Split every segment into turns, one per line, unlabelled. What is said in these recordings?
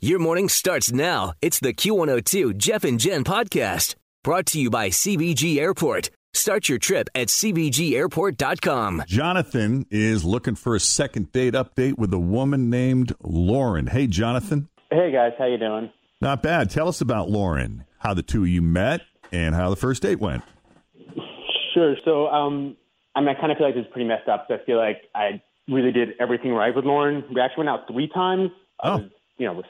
Your morning starts now. It's the Q102 Jeff and Jen podcast brought to you by CBG Airport. Start your trip at CBGAirport.com.
Jonathan is looking for a second date update with a woman named Lauren. Hey, Jonathan.
Hey guys, how you doing?
Not bad. Tell us about Lauren, how the two of you met, and how the first date went.
Sure. So, um, I mean, I kind of feel like this is pretty messed up. So I feel like I really did everything right with Lauren. We actually went out three times. I
Oh.
was, you know, was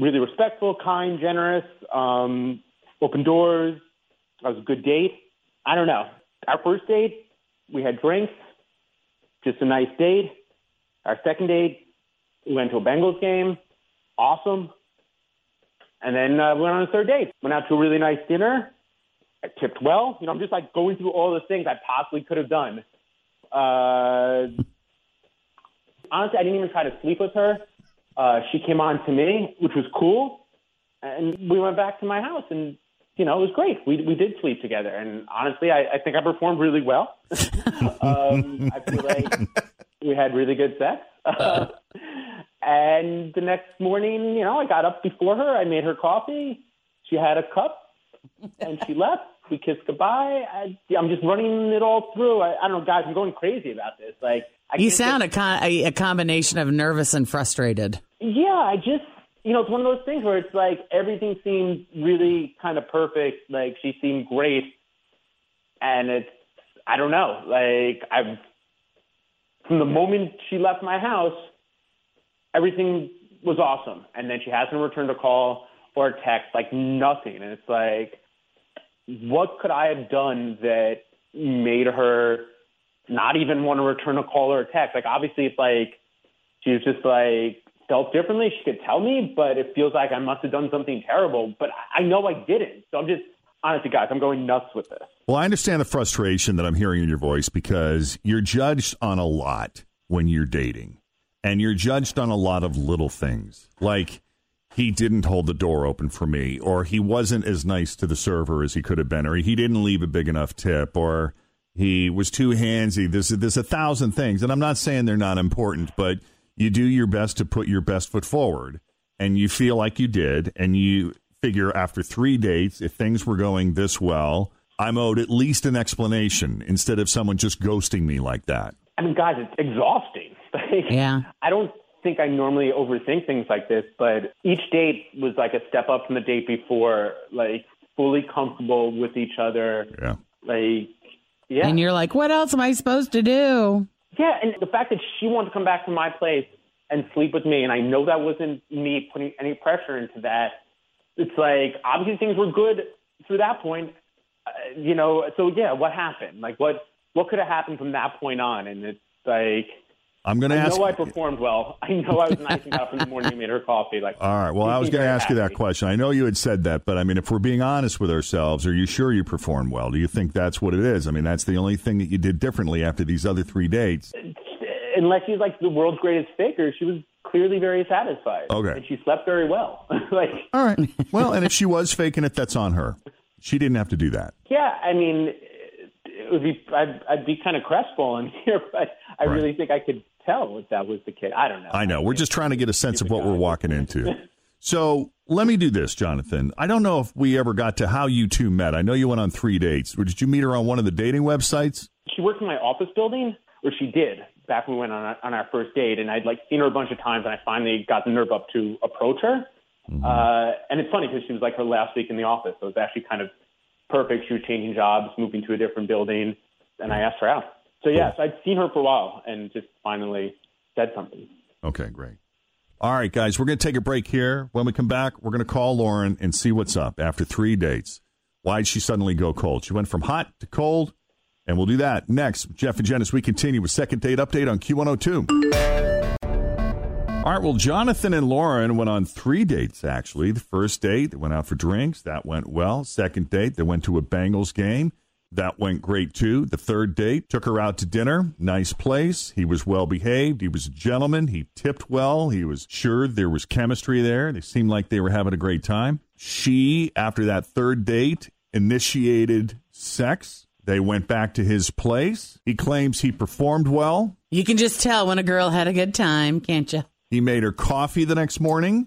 really respectful, kind, generous, um, open doors. That was a good date. I don't know. Our first date, we had drinks, just a nice date. Our second date, we went to a Bengals game. Awesome. And then uh, we went on a third date. Went out to a really nice dinner. I tipped well. You know, I'm just like going through all the things I possibly could have done. Uh, honestly, I didn't even try to sleep with her. Uh, she came on to me, which was cool. And we went back to my house and, you know, it was great. We, we did sleep together. And honestly, I, I think I performed really well. um, I feel like we had really good sex. and the next morning, you know, I got up before her. I made her coffee. She had a cup and she left. We kissed goodbye. I, I'm just running it all through. I, I don't know, guys, I'm going crazy about this. Like, I can't
You
get-
sound a, con- a, a combination of nervous and frustrated.
Yeah, I just, you know, it's one of those things where it's like everything seemed really kind of perfect. Like she seemed great. And it's, I don't know. Like I've, from the moment she left my house, everything was awesome. And then she hasn't returned a call or a text, like nothing. And it's like, what could I have done that made her not even want to return a call or a text? Like obviously if like, she was just like felt differently. She could tell me, but it feels like I must have done something terrible. But I I know I didn't. So I'm just honestly, guys, I'm going nuts with this.
Well, I understand the frustration that I'm hearing in your voice because you're judged on a lot when you're dating, and you're judged on a lot of little things. Like, he didn't hold the door open for me, or he wasn't as nice to the server as he could have been, or he didn't leave a big enough tip, or he was too handsy. There's, there's a thousand things. And I'm not saying they're not important, but you do your best to put your best foot forward. And you feel like you did. And you figure after three dates, if things were going this well, I'm owed at least an explanation instead of someone just ghosting me like that.
I mean, guys, it's exhausting. Like,
Yeah.
I don't think I normally overthink things like this, but each date was like a step up from the date before, like fully comfortable with each other.
Yeah.
Like, yeah.
And you're like, what else am I supposed to do?
Yeah, and the fact that she wanted to come back to my place and sleep with me, and I know that wasn't me putting any pressure into that. It's like obviously things were good through that point, uh, you know. So yeah, what happened? Like what what could have happened from that point on? And it's like
I'm going to
I
ask.
know I performed well. I know I was nice enough in the morning. and made her coffee. Like
All right. Well,
she
I was
seemed
going to
very
ask you that
happy.
question. I know you had said that, but I mean, if we're being honest with ourselves, are you sure you performed well? Do you think that's what it is? I mean, that's the only thing that you did differently after these other three dates.
Unless she's like the world's greatest faker, she was clearly very satisfied.
Okay.
and she slept very well. like.
All right. Well, and if she was faking it, that's on her. She didn't have to do that.
Yeah, I mean, it it would be I'd, I'd be kind of crestfallen here, but I
Right.
really think I could tell if that was the kid. I don't know.
I know. We're just trying to get a sense of what we're walking into. So let me do this, Jonathan. I don't know if we ever got to how you two met. I know you went on three dates. Did you meet her on one of the dating websites?
She worked in my office building, or she did. back when we went on our, on our first date, and I'd like seen her a bunch of times, and I finally got the nerve up to approach her.
Mm-hmm.
Uh, and it's funny because she was like her last week in the office, so it was actually kind of perfect. She was changing jobs, moving to a different building, and I asked her out. So yes, I'd seen her for a while, and just finally said something.
Okay, great. All right, guys, we're going to take a break here. When we come back, we're going to call Lauren and see what's up after three dates. Why'd she suddenly go cold? She went from hot to cold, and we'll do that next. Jeff and Jen, as we continue with Second Date Update on Q102. All right, well, Jonathan and Lauren went on three dates, actually. The first date, they went out for drinks. That went well. Second date, they went to a Bengals game. That went great, too. The third date took her out to dinner. Nice place. He was well behaved. He was a gentleman. He tipped well. He was sure there was chemistry there. They seemed like they were having a great time. She, after that third date, initiated sex. They went back to his place. He claims he performed well.
You can just tell when a girl had a good time, can't you?
He made her coffee the next morning.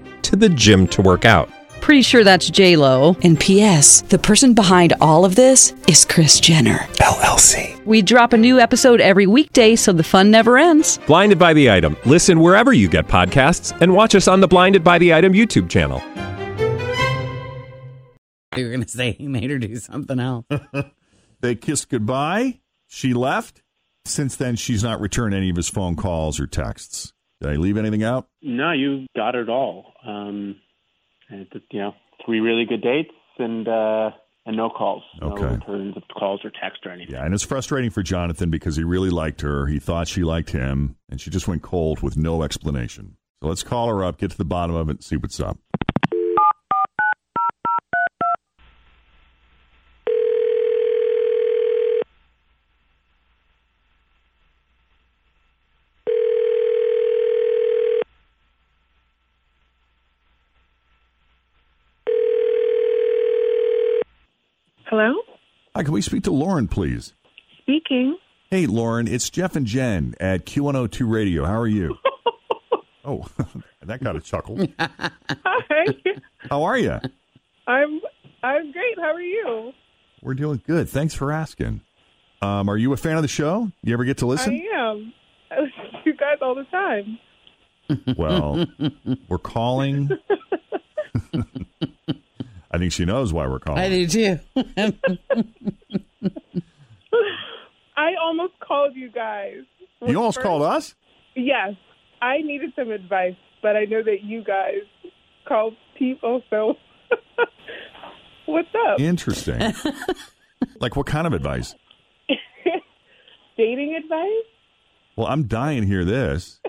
to the gym to work out.
Pretty sure that's J Lo.
And PS, the person behind all of this is Chris Jenner.
LLC.
We drop a new episode every weekday, so the fun never ends.
Blinded by the item. Listen wherever you get podcasts, and watch us on the Blinded by the Item YouTube channel.
You were going to say he made her do something else.
They kissed goodbye. She left. Since then, she's not returned any of his phone calls or texts. Did I leave anything out?
No, you got it all. Um, and it's, you know, three really good dates and uh, and no calls,
Okay.
no returns of calls or text or anything.
Yeah, and it's frustrating for Jonathan because he really liked her. He thought she liked him, and she just went cold with no explanation. So let's call her up, get to the bottom of it, and see what's up.
Hello?
Hi, can we speak to Lauren, please?
Speaking.
Hey, Lauren, it's Jeff and Jen at Q102 Radio. How are you? oh, that got a chuckle.
Hi.
How are you?
I'm I'm great. How are you?
We're doing good. Thanks for asking. Um, are you a fan of the show? You ever get to listen?
I am. I listen to you guys all the time.
Well, we're calling. I think she knows why we're calling.
I do too.
I almost called you guys.
You almost
First-
called us?
Yes. I needed some advice, but I know that you guys call people, so what's up?
Interesting. like, what kind of advice?
Dating advice?
Well, I'm dying to hear this.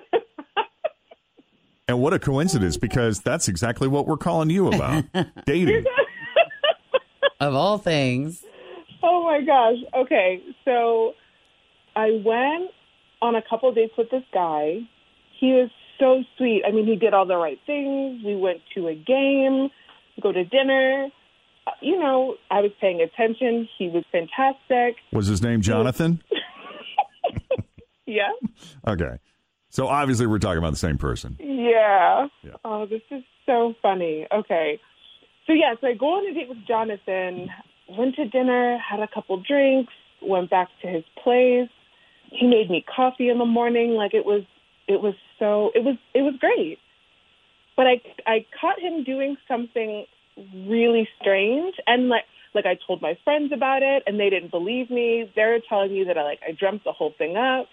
And what a coincidence, because that's exactly what we're calling you about dating.
of all things.
Oh my gosh. Okay. So I went on a couple dates with this guy. He was so sweet. I mean, he did all the right things. We went to a game, go to dinner. Uh, You know, I was paying attention. He was fantastic.
Was his name Jonathan?
Yeah.
Okay. So obviously, we're talking about the same person.
Yeah.
Yeah.
Oh, this is so funny. Okay. So yeah, so I go on a date with Jonathan, went to dinner, had a couple drinks, went back to his place. He made me coffee in the morning. Like it was it was so it was it was great. But I I caught him doing something really strange and like like I told my friends about it and they didn't believe me. They're telling me that I like I dreamt the whole thing up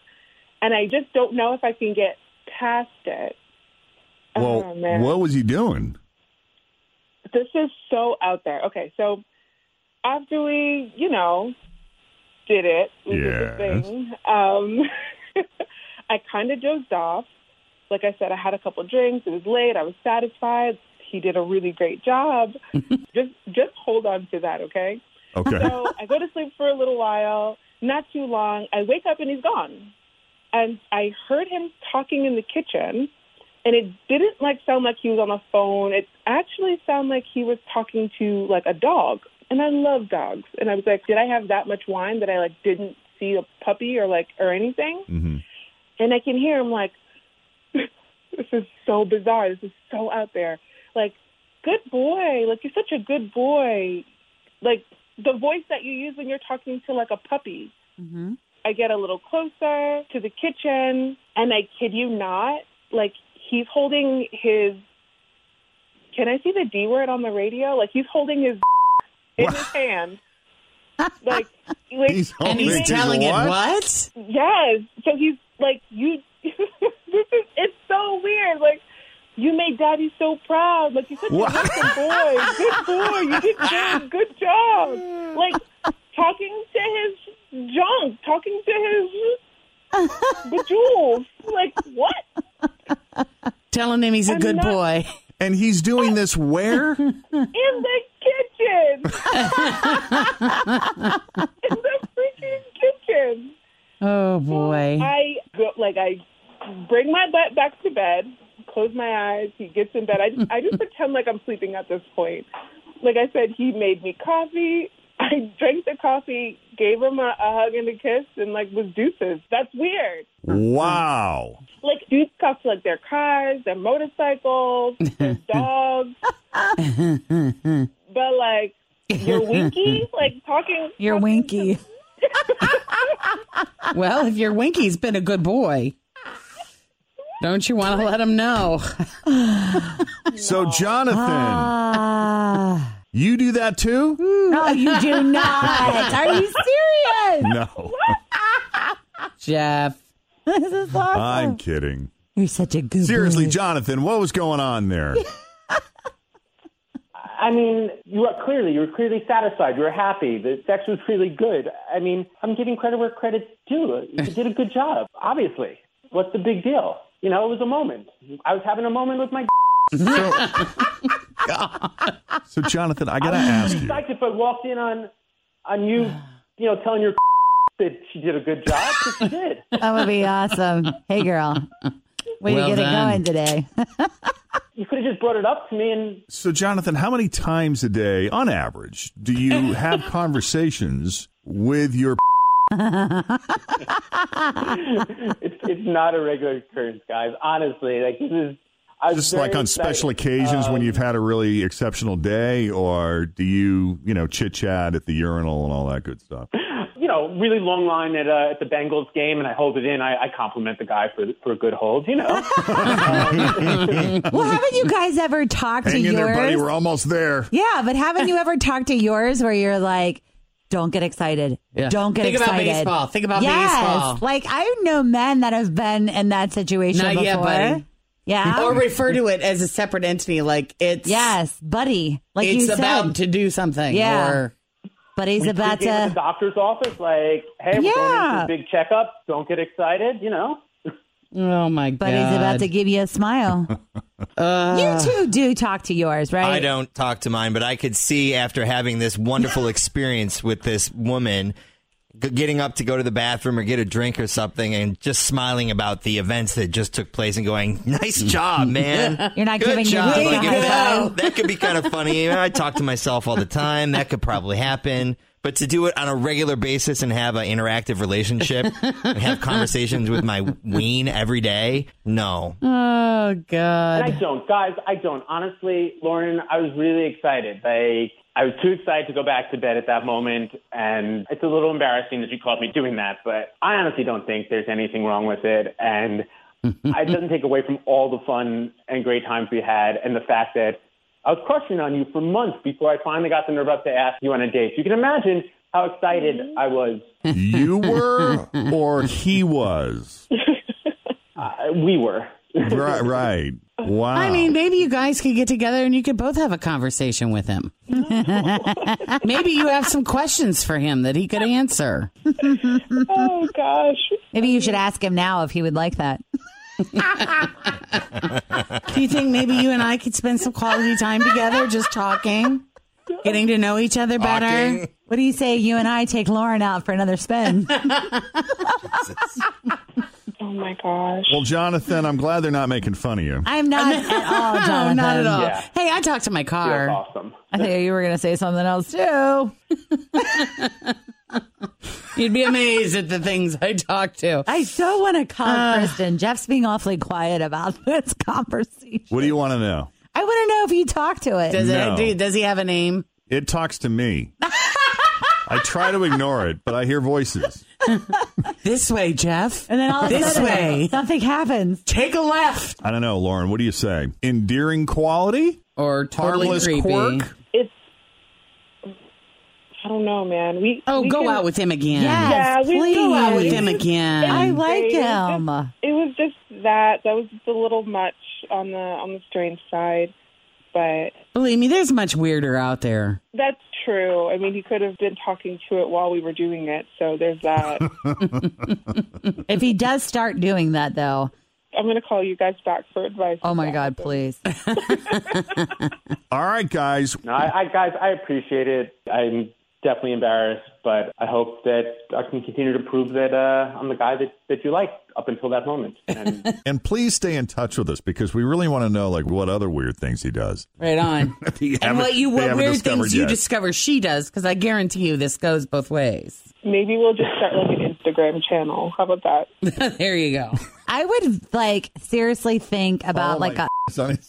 and I just don't know if I can get past it.
Well,
oh, man.
what was he doing?
This is so out there. Okay, so after we, you know, did it, we did the
Yes.
thing. Um, I kind of dozed off. Like I said, I had a couple drinks. It was late. I was satisfied. He did a really great job. just, just hold on to that, okay?
Okay.
So I go to sleep for a little while. Not too long. I wake up and he's gone. and I heard him talking in the kitchen, and it didn't like sound like he was on the phone. It actually sounded like he was talking to like a dog, and I love dogs. And I was like, did I have that much wine that I like didn't see a puppy or like or anything?
Mm-hmm.
And I can hear him like, this is so bizarre. This is so out there. Like, good boy. Like you're such a good boy. Like the voice that you use when you're talking to like a puppy.
Mm-hmm.
I get a little closer to the kitchen, and I kid you not, like he's holding his. Can I see the D word on the radio? Like he's holding his in his hand. Like, like
He's And he's holding his telling it what? what?
Yes. So he's like, you. this is it's so weird. Like. You made daddy so proud. Like you said,
What?
good boy, good boy. You did good. Good job. Like talking to his junk, talking to his bejewels. Like what?
Telling him he's a
I'm
good
not-
boy.
And he's doing this where?
In the kitchen. In the freaking kitchen.
Oh boy.
I go like I bring my butt back to bed, close my eyes. He gets in bed. I just, I just pretend like I'm sleeping at this point. Like I said, he made me coffee. I drank the coffee, gave him a, a hug and a kiss, and like was deuces. That's weird.
Wow.
Like dudes cuff like their cars, their motorcycles, their dogs, but like your winky, like talking.
You're winky.
well, if your Winky's been a good boy, don't you want to let him know?
So, Jonathan, you do that too?
no, you do
Oh, not. Are you serious?
No,
Jeff?
This is awesome.
I'm kidding.
You're such a good
Seriously,
boy.
Jonathan, what was going on there?
I mean, you are clearly you were clearly satisfied. You were happy. The sex was really good. I mean, I'm giving credit where credit's due. You did a good job, obviously. What's the big deal? You know, it was a moment. I was having a moment with my.
so, so, Jonathan, I got to ask you.
Psyched if I walked in on on you, you know, telling your that she did a good job. 'cause she did.
That would be awesome. Hey, girl. Way
Well
to get
done.
it going today.
You could have just brought it up to me and
So, Jonathan, how many times a day, on average, do you have conversations with your.
it's, it's not a regular occurrence, guys. Honestly, like this is. I was
Just
very
like on
excited.
special occasions when you've had a really exceptional day, or do you, you know, chit chat at the urinal and all that good stuff?
you know, really long line at, uh, at the Bengals game, and I hold it in. I, I compliment the guy for for a good hold. You know,
well, haven't you guys ever talked
Hang
to
in
yours?
there, buddy. We're almost there.
yeah, but haven't you ever talked to yours where you're like, don't get excited.
Yeah.
Don't get
Think about
excited.
baseball. Think about
yes.
baseball.
Like, I know men that have been in that situation
Not
before. Um,
yet, buddy.
Yeah.
Or refer to it as a separate entity. Like it's
Yes, buddy. Like
it's
you
about
said.
to do something.
Yeah.
Or
Buddy's
we
about
pregame at
to.
the doctor's office. Like, hey, we're going
Yeah.
in for a big checkup. Don't get excited. You know,
oh my god.
Buddy's about to give you a smile. Uh, you two do talk to yours, right?
I don't talk to mine, but I could see after having this wonderful experience with this woman g- getting up to go to the bathroom or get a drink or something and just smiling about the events that just took place and going, nice job, man.
You're not
Good
giving your
job.
dick
Like,
a
if
high
that,
five.
that could be kind of funny. You know, I talk to myself all the time. That could probably happen. But to do it on a regular basis and have an interactive relationship and have conversations with my ween every day, no.
Oh
and
god.
I don't, guys. I don't. Honestly, Lauren, I was really excited. Like, I was too excited to go back to bed at that moment, and it's a little embarrassing that you called me doing that. But I honestly don't think there's anything wrong with it, and it doesn't take away from all the fun and great times we had, and the fact that I was crushing on you for months before I finally got the nerve up to ask you on a date. You can imagine how excited I was.
You were, or he was?
Uh, we were.
Right, right. Wow.
I mean, maybe you guys could get together and you could both have a conversation with him. maybe you have some questions for him that he could answer.
Oh gosh.
Maybe you should ask him now if he would like that.
Do you think maybe you and I could spend some quality time together just talking, getting to know each other better?
Talking.
What do you say? You and I take Lauren out for another spin.
Oh my gosh.
Well, Jonathan, I'm glad they're not making fun of you.
I'm not at all,
No,
Jonathan.
not at all.
Yeah.
Hey, I talked to my car.
You're
awesome.
I think you were going to say something else too. You'd be amazed at the things I talk to.
I so want to call
Uh.
Kristen. Jeff's being awfully quiet about this conversation.
What do you want to know?
I want to know if you talk to it.
Does it- No. do-
does he have a name?
It talks to me. I try to ignore it, but I hear voices.
This way, Jeff. And
then all of a
this
sudden,
way.
something happens.
Take a left.
I don't know, Lauren. What do you say? Endearing quality
or totally
harmless
creepy?
quirk?
It's I don't know, man. We
Oh,
we
go
can-
out with him again.
yeah, we
go out with
please.
him again.
I like
It was
him.
It was just that that was just a little much on the on the strange side, but
Believe me, there's much weirder out there.
that's true. I mean, he could have been talking to it while we were doing it, so there's that.
If he does start doing that, though,
I'm going to call you guys back for advice.
Oh my God, please.
All right, guys.
No, I, I guys, I appreciate it. I'm definitely embarrassed, but I hope that I can continue to prove that uh, I'm the guy that, that you like up until that moment. And
And please stay in touch with us because we really want to know like what other weird things he does.
Right on.
If you
and
haven't-
what you
they
what
haven't
weird
discovered
things you
yet.
discover she does because I guarantee you this goes both ways.
Maybe we'll just start like an Instagram channel. How about that?
there you go.
I would like seriously think about
Oh
Follow
like a.
my
on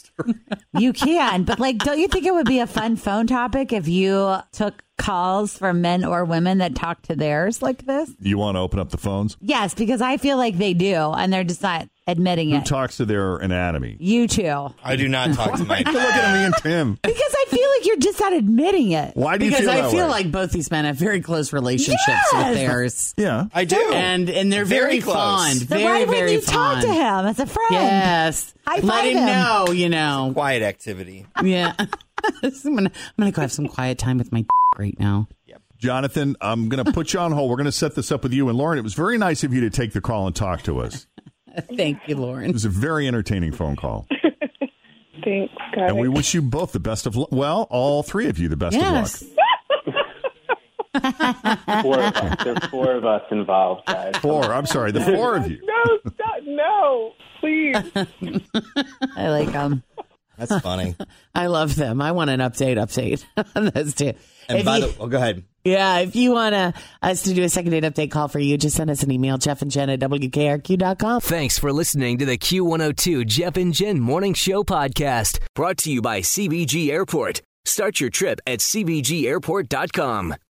you can, but like, don't you think it would be a fun phone topic if you took calls from men or women that talk to theirs like this?
You want to open up the phones?
Yes, because I feel like they do, and they're just not admitting
Who
it.
talks to their anatomy?
You too.
I do not
talk to mine.
Look at me and Tim.
Because I feel like you're just not admitting it.
Why
because I feel like both these men have very close relationships
Yes!
with theirs.
Yeah,
I do.
and and they're very,
Very close.
fond.
Then
very,
why wouldn't
very
you
fond.
talk to him as a friend?
Yes,
High
let
five
him,
him.
know. You know,
quiet activity.
yeah. I'm gonna I'm gonna go have some quiet time with my right now.
Jonathan, I'm going to put you on hold. We're going to set this up with you and Lauren. It was very nice of you to take the call and talk to us.
Thank you,
It
Lauren.
was a very entertaining phone call.
Thanks, guys.
And we wish you both the best of luck. Well, all three of you the best
Yes.
of luck.
four of us. There's four of us involved, guys.
Four. I'm sorry. The four of you.
No, stop, no, please.
I like him.
That's funny.
I love them. I want an update, update on those two.
And
If
by
you-
the, oh, go ahead.
Yeah, if you want to us to do a second date update call for you, just send us an email, Jeff and Jen at WKRQ.com.
Thanks for listening to the Q102 Jeff and Jen Morning Show podcast, brought to you by CBG Airport. Start your trip at CBGAirport.com.